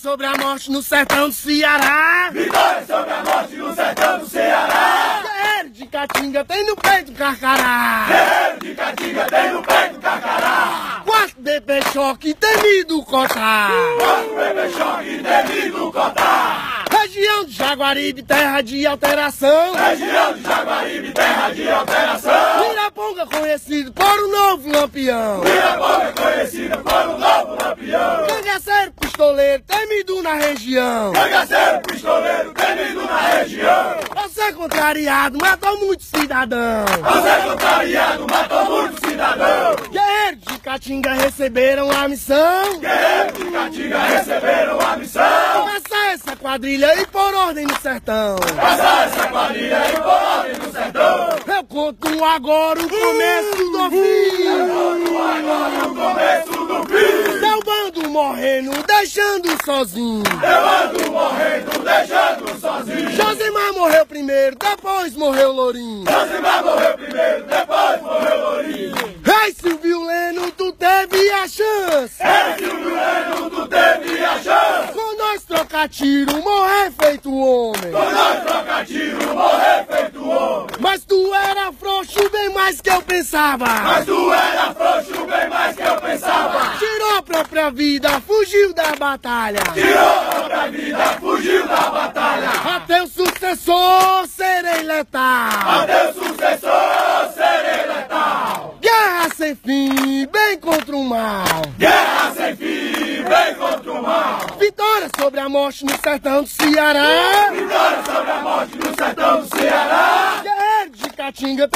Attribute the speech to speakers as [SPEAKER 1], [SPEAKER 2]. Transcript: [SPEAKER 1] sobre a morte no sertão do Ceará.
[SPEAKER 2] Vitória sobre a morte no sertão do Ceará.
[SPEAKER 1] Guerreiro de Caatinga tem no peito carcará.
[SPEAKER 2] Guerreiro de Caatinga tem no peito carcará.
[SPEAKER 1] Quarto bebê choque temido cotar.
[SPEAKER 2] Quarto bebê é choque temido cotar.
[SPEAKER 1] Região de Jaguaribe, terra de alteração.
[SPEAKER 2] Região de Jaguaribe, terra de alteração.
[SPEAKER 1] Miraponga conhecido por um novo lampião.
[SPEAKER 2] Miraponga conhecido é por um novo lampião.
[SPEAKER 1] Cangaceiro pistoleiro, temido na região.
[SPEAKER 2] Cangaceiro pistoleiro, temido na região.
[SPEAKER 1] Você é contrariado, matou muito cidadão.
[SPEAKER 2] Você contrariado, matou muito cidadão.
[SPEAKER 1] Guerreiros de Caatinga receberam a missão.
[SPEAKER 2] Guerreiros de Caatinga receberam a missão.
[SPEAKER 1] Essa, essa quadrilha e por ordem no sertão.
[SPEAKER 2] Essa, essa quadrilha e por ordem no sertão.
[SPEAKER 1] Eu conto agora o começo do fim.
[SPEAKER 2] Eu conto agora o começo do fim.
[SPEAKER 1] Seu bando morrendo, deixando sozinho.
[SPEAKER 2] Eu ando morrendo, deixando sozinho.
[SPEAKER 1] Josimar morreu primeiro, depois morreu Lourinho.
[SPEAKER 2] Josimar morreu primeiro, depois morreu Lourinho.
[SPEAKER 1] Ei, Silvio Leno, tu teve a chance.
[SPEAKER 2] Ei, Silvio Leno, tu teve a chance.
[SPEAKER 1] Com nós trocar tiro, morrer feito homem.
[SPEAKER 2] Com nós trocar tiro, morrer feito homem.
[SPEAKER 1] Mas tu era frouxo bem mais que eu pensava.
[SPEAKER 2] Mas tu era frouxo bem mais que eu pensava.
[SPEAKER 1] Tirou a própria vida, fugiu da batalha.
[SPEAKER 2] Tirou a própria vida, fugiu da batalha.
[SPEAKER 1] Até o sucessor serei letal.
[SPEAKER 2] Até o sucessor serei letal.
[SPEAKER 1] Guerra sem fim, bem contra o mal.
[SPEAKER 2] Guerra sem fim, bem contra o mal.
[SPEAKER 1] Vitória sobre a morte no sertão do Ceará.
[SPEAKER 2] Vitória sobre a morte no sertão do Ceará.
[SPEAKER 1] Guerreiro de Caatinga.